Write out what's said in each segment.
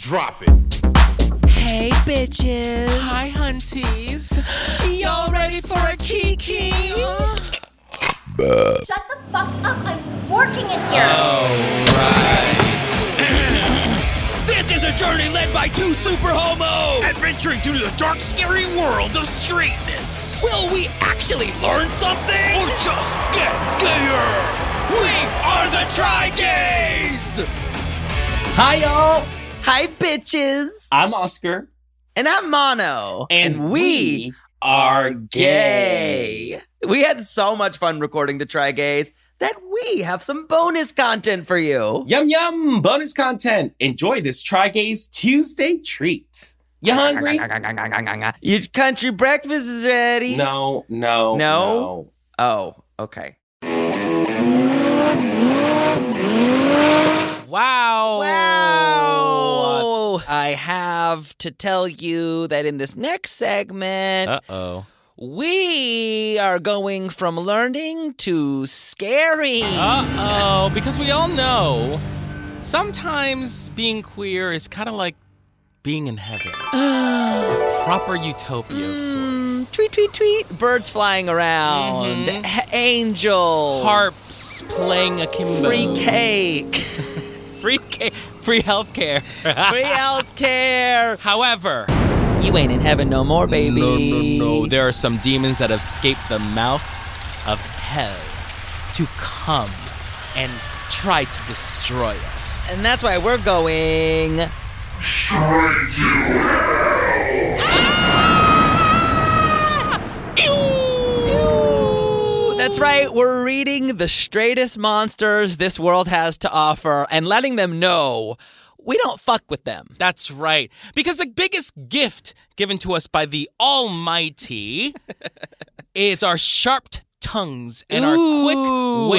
Drop it. Hey, bitches. Hi, hunties. Y'all ready for a kiki? Shut the fuck up. I'm working in here. This is a journey led by two super homos, adventuring through the dark, scary world of straightness. Will we actually learn something, or just get gayer? We are the Tri Gays. Hi, y'all. Hi, bitches. I'm Oscar. And I'm Mono. we are gay. We had so much fun recording the Try Gays that we have some bonus content for you. Yum, yum. Bonus content. Enjoy this Try Gays Tuesday treat. You hungry? Your country breakfast is ready. No, no, No? no. Oh, okay. Wow. Wow. Oh, I have to tell you that in this next segment, oh. we are going from learning to scary. Uh oh, because we all know sometimes being queer is kind of like being in heaven. A proper utopia of sorts. Tweet, tweet, tweet. Birds flying around. Mhm. H- angels. Harps playing a kimbo. Free cake. Free cake. Free healthcare. Free healthcare. However, You ain't in heaven no more, baby. no, no, no. There are some demons that have escaped the mouth of hell to come and try to destroy us. And that's why we're going. Ew. That's right, we're reading the straightest monsters this world has to offer and letting them know we don't fuck with them. That's right. Because the biggest gift given to us by the Almighty is our sharp tongues and our Ooh. quick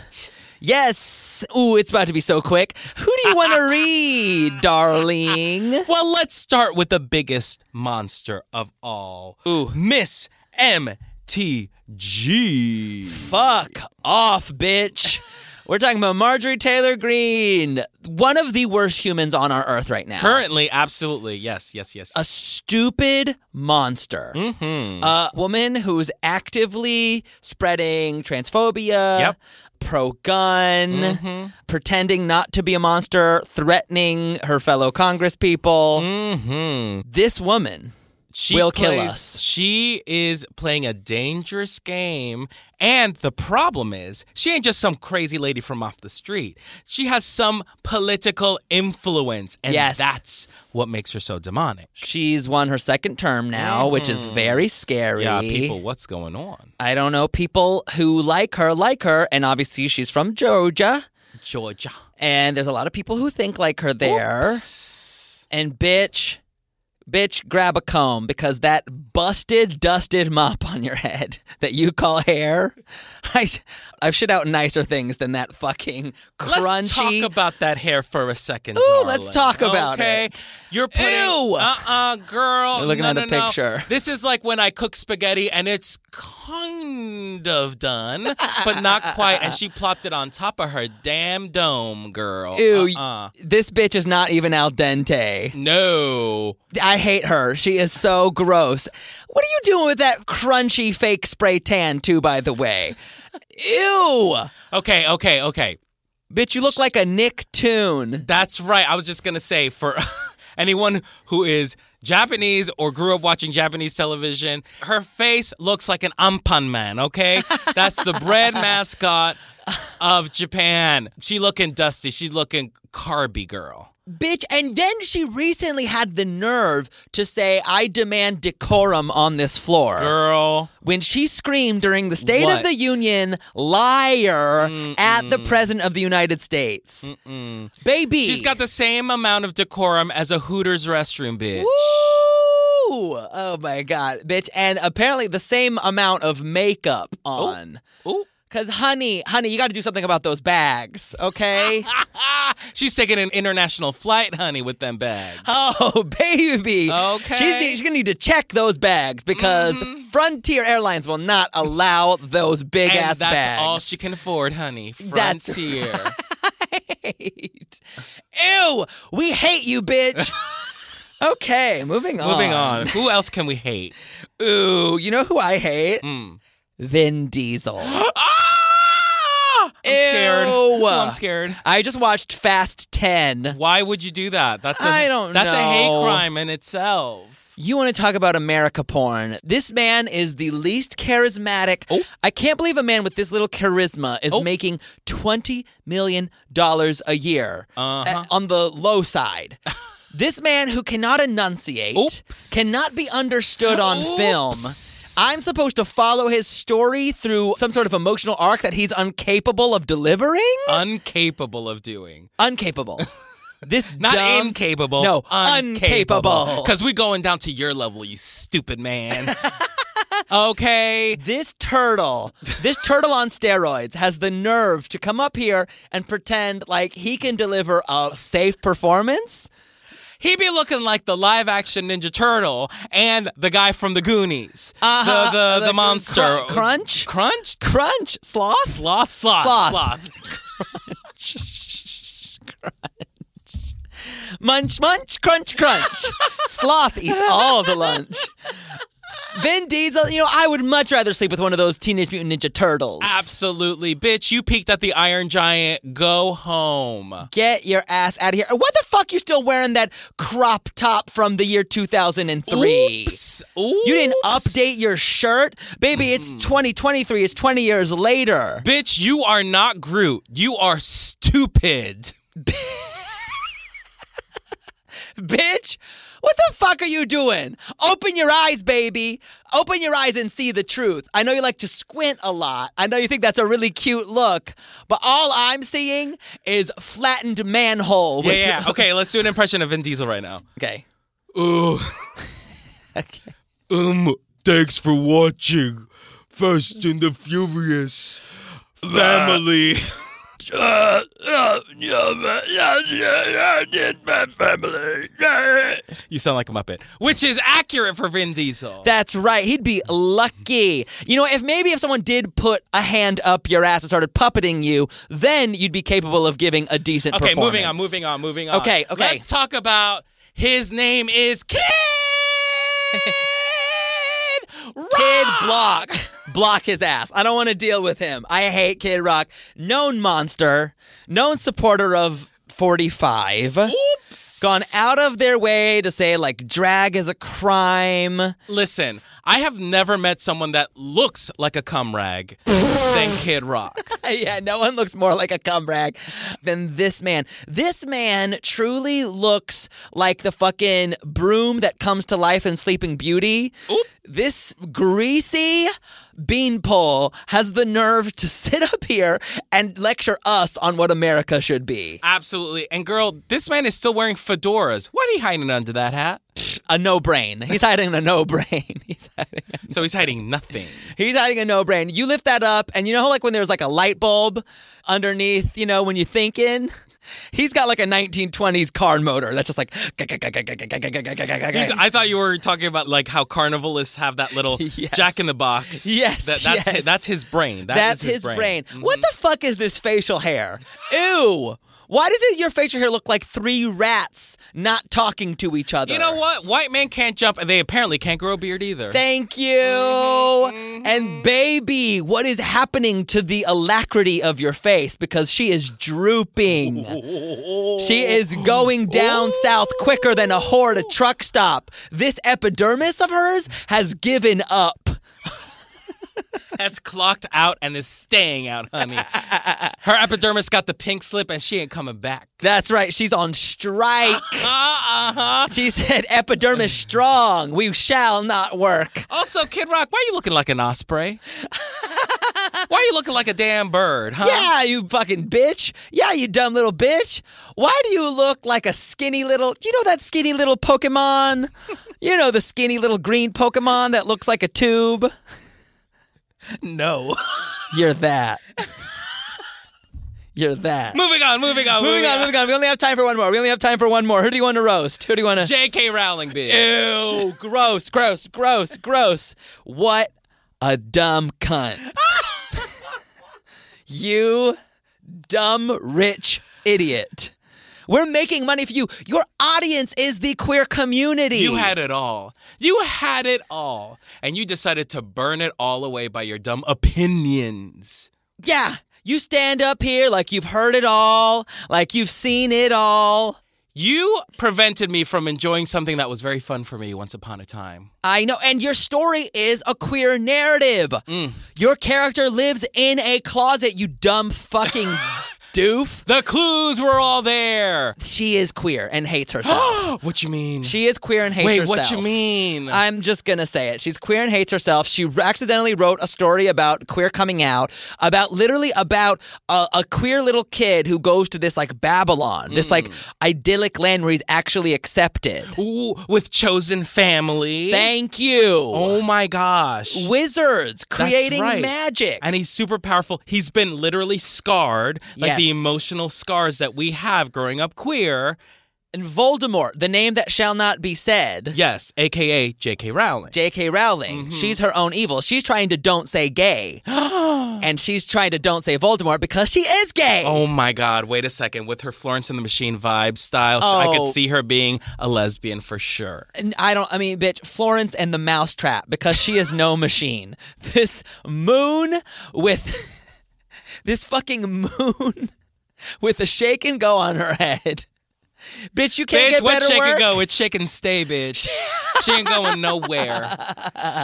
wit. Yes. Ooh, it's about to be so quick. Who do you want to read, darling? Well, let's start with the biggest monster of all. Ooh. Miss MTG. Fuck off, bitch. We're talking about Marjorie Taylor Greene, one of the worst humans on our earth right now. Currently, absolutely. Yes, yes, yes. a stupid monster. hmm A woman who's actively spreading transphobia, Yep. Mm-hmm. pro gun, pretending not to be a monster, threatening her fellow Congress people. hmm This woman. She will kill plays- us. She is playing a dangerous game. And the problem is, she ain't just some crazy lady from off the street. She has some political influence. And Yes. that's what makes her so demonic. She's won her second term now, which is very scary. Mm. Yeah, people, what's going on? I don't know. People who like her like her, and obviously she's from Georgia, Georgia. and there's a lot of people who think like her there. And bitch, bitch, grab a comb because that busted, dusted mop on your head that you call hair, I, I've shit out nicer things than that fucking crunchy. Let's talk about that hair for a second. Ooh, let's darling. talk about okay? it. You're putting. Ew. Uh uh girl. You're looking no, at no, a no. picture. This is like when I cook spaghetti and it's kind of done, but not quite. And she plopped it on top of her damn dome, girl. Ew, Uh-uh. this bitch is not even al dente. No. I hate her. She is so gross. What are you doing with that crunchy fake spray tan, too, by the way? Ew. Okay, okay, okay. Bitch, you look like a Nicktoon. That's right. I was just gonna say for anyone who is Japanese or grew up watching Japanese television, her face looks like an ampan man. Okay, that's the bread mascot of Japan. She looking dusty. She looking carby girl. Bitch, and then she recently had the nerve to say, I demand decorum on this floor. Girl, When she screamed during the State What? of the Union liar at the President of the United States. Baby. she's got the same amount of decorum as a Hooters restroom bitch. Woo! Oh my god, bitch! And apparently the same amount of makeup Oh. on. Ooh. Cause honey, honey, you got to do something about those bags, okay? She's taking an international flight, honey, with them bags. oh baby, Okay. Mm-hmm. She's, she's gonna need to check those bags because the Frontier Airlines will not allow those big and ass that's bags. all she can afford, honey. That's Frontier. hate. Ew, we hate you, bitch. okay, moving on. Moving on. Who else can we hate? Ooh, you know who I hate? Mm. Vin Diesel. Ah! I'm scared. Ew. Oh, I'm scared. I just watched Fast 10. Why would you do that? That's a, I don't That's a know. hate crime in itself. You want to talk about America porn? This man is the least charismatic. Oh. I can't believe a man with this little charisma is Oh. making $20 million a year Uh-huh. uh, on the low side. this man who cannot enunciate, Oops. cannot be understood on film. Oops. I'm supposed to follow his story through some sort of emotional arc that he's incapable of delivering? Uh. Uncapable of doing. Uncapable. This Not dumb, incapable. No, uncapable. Because we going down to your level, you stupid man. okay. this turtle, this turtle on steroids, has the nerve to come up here and pretend like he can deliver a safe performance. He be looking like the live action Ninja Turtle and the guy from the Goonies. Uh-huh. The, the, the, The monster. cr- crunch? Crunch? Crunch, sloth, Sloth, sloth, Sloth. sloth. munch, munch, crunch, crunch. sloth eats all the lunch. Vin Diesel, you know, I would much rather sleep with one of those Teenage Mutant Ninja Turtles. Absolutely, bitch. You peeked at the Iron Giant. Go home. Get your ass out of here. What the fuck you still wearing that crop top from the year 2003? Oops. You didn't Oops. update your shirt? Baby, it's Hmm. 2023. It's 20 years later. Bitch, you are not Groot. You are stupid. Bitch, what the fuck are you doing? Open your eyes, baby. Open your eyes and see the truth. I know you like to squint a lot. I know you think that's a really cute look, but all I'm seeing is flattened manhole. Yeah, with yeah. your- Okay, let's do an impression of Vin Diesel right now. Okay. Ooh. Okay. Uh, Um, thanks for watching Fast and the Furious Family. Uh, uh, my family. You sound like a Muppet, which is accurate for Vin Diesel. That's right. He'd be lucky. You know, if maybe if someone did put a hand up your ass and started puppeting you, then you'd be capable of giving a decent Okay, performance. moving on, moving on, moving on. Okay, okay. Let's talk about his name is Kid. Kid Block. Block his ass. I don't want to deal with him. I hate Kid Rock. Known monster, known supporter of 45. Oops. Gone out of their way to say, like, drag is a crime. Listen, I have never met someone that looks like a cum rag than Kid Rock. yeah, no one looks more like a cum rag than this man. This man truly looks like the fucking broom that comes to life in Sleeping Beauty. This greasy beanpole has the nerve to sit up here and lecture us on what America should be. Absolutely. And girl, this man is still wearing fedoras. What are he hiding under that hat? A no brain. He's hiding a no brain. He's hiding a So he's hiding nothing. He's hiding a no brain. You lift that up, and you know how, like, when there's like a light bulb underneath, you know, when you're thinking? He's got like a 1920s car motor that's just like. He's, I thought you were talking about like how carnivalists have that little Yes. jack in the box. Yes, That, that's, yes. His, that's his brain. Mm-hmm. That is That's his brain. What the fuck is this facial hair? Ew. Why does it, your facial hair look like three rats not talking to each other? You know what? White men can't jump, and they apparently can't grow a beard either. Thank you. And baby, what is happening to the alacrity of your face? Because she is drooping. She is going down south quicker than a whore at a truck stop. This epidermis of hers has given up. Has clocked out and is staying out, honey. Her epidermis got the pink slip, and she ain't coming back. That's right. She's on strike. Uh-uh. She said, "Epidermis strong. We shall not work." Also, Kid Rock, why are you looking like an osprey? why are you looking like a damn bird, huh? Yeah, you fucking bitch. Yeah, you dumb little bitch. Why do you look like a skinny little? You know that skinny little Pokemon. you know the skinny little green Pokemon that looks like a tube. No. You're that. You're that. moving on, moving on, Moving on, moving on. We only have time for one more. We only have time for one more. Who do you want to roast? Who do you want to? J.K. Rowling, bitch. Ew, Oh, gross, gross, gross, gross. What a dumb cunt. you dumb rich idiot. We're making money for you. Your audience is the queer community. You had it all. You had it all. And you decided to burn it all away by your dumb opinions. Yeah. You stand up here like you've heard it all, like you've seen it all. You prevented me from enjoying something that was very fun for me once upon a time. I know. And your story is a queer narrative. Mm. Your character lives in a closet, you dumb fucking doof. The clues were all there. She is queer and hates herself. what you mean? she is queer and hates Wait, herself. what you mean? I'm just gonna say it. She's queer and hates herself. She accidentally wrote a story about queer coming out, about literally about a, a queer little kid who goes to this like Babylon, this like idyllic land where he's actually accepted. Mm. Ooh, with chosen family. Thank you. Oh my gosh. Wizards That's creating right. magic. And he's super powerful. He's been literally scarred, like the Yes. emotional scars that we have growing up queer. and Voldemort, the name that shall not be said. Yes, aka J.K. Rowling. J.K. Rowling. Mm-hmm. She's her own evil. She's trying to don't say gay. and she's trying to don't say Voldemort because she is gay. Oh my God! Wait a second. With her Florence and the Machine vibe style, I Oh. could see her being a lesbian for sure. And I don't, I mean, bitch, Florence and the mousetrap because she is no machine. This moon with, this fucking moon with a shake and go on her head. Bitch, you can't bitch, get what better chick work. and go? It's chick and stay, bitch. she ain't going nowhere.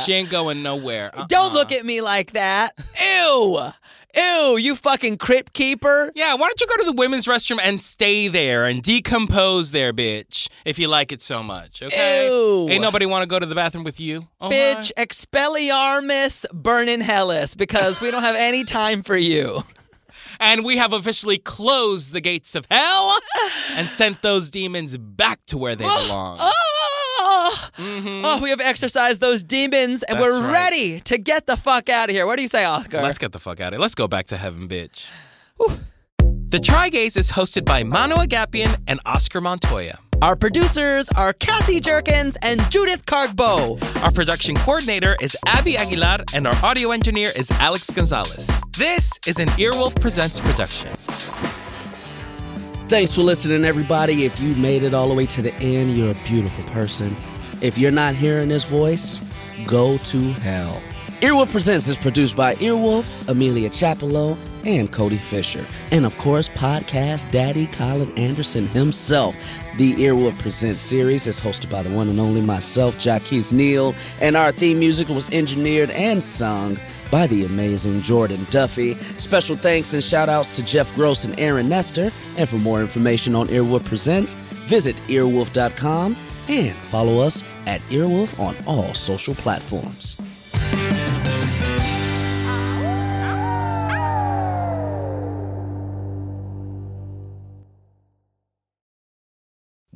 She ain't going nowhere. Uh-uh. Don't look at me like that. Ew. Ew, you fucking crypt keeper. Yeah, why don't you go to the women's restroom and stay there and decompose there, bitch, if you like it so much, okay? Ew. Ain't nobody want to go to the bathroom with you. Oh my. Bitch, expelliarmus, burn in hellas because we don't have any time for you. And we have officially closed the gates of hell and sent those demons back to where they belong. Oh, Mm-hmm. oh we have exercised those demons and That's we're right. ready to get the fuck out of here. What do you say, Oscar? Let's get the fuck out of here. Let's go back to heaven, bitch. The Try Gaze is hosted by Mano Agapian and Oscar Montoya. Our producers are Cassie Jerkins and Judith Cargbo. Our production coordinator is Abby Aguilar, and our audio engineer is Alex Gonzalez. This is an Earwolf Presents production. Thanks for listening, everybody. If you made it all the way to the end, you're a beautiful person. If you're not hearing this voice, go to hell. Earwolf Presents is produced by Earwolf, Amelia Chapello, and Cody Fisher. And of course, podcast daddy Colin Anderson himself. The Earwolf Presents series is hosted by the one and only myself, Jaquez Neal, and our theme music was engineered and sung by the amazing Jordan Duffy. Special thanks and shout outs to Jeff Gross and Aaron Nestor. And for more information on Earwolf Presents, visit earwolf.com and follow us at Earwolf on all social platforms.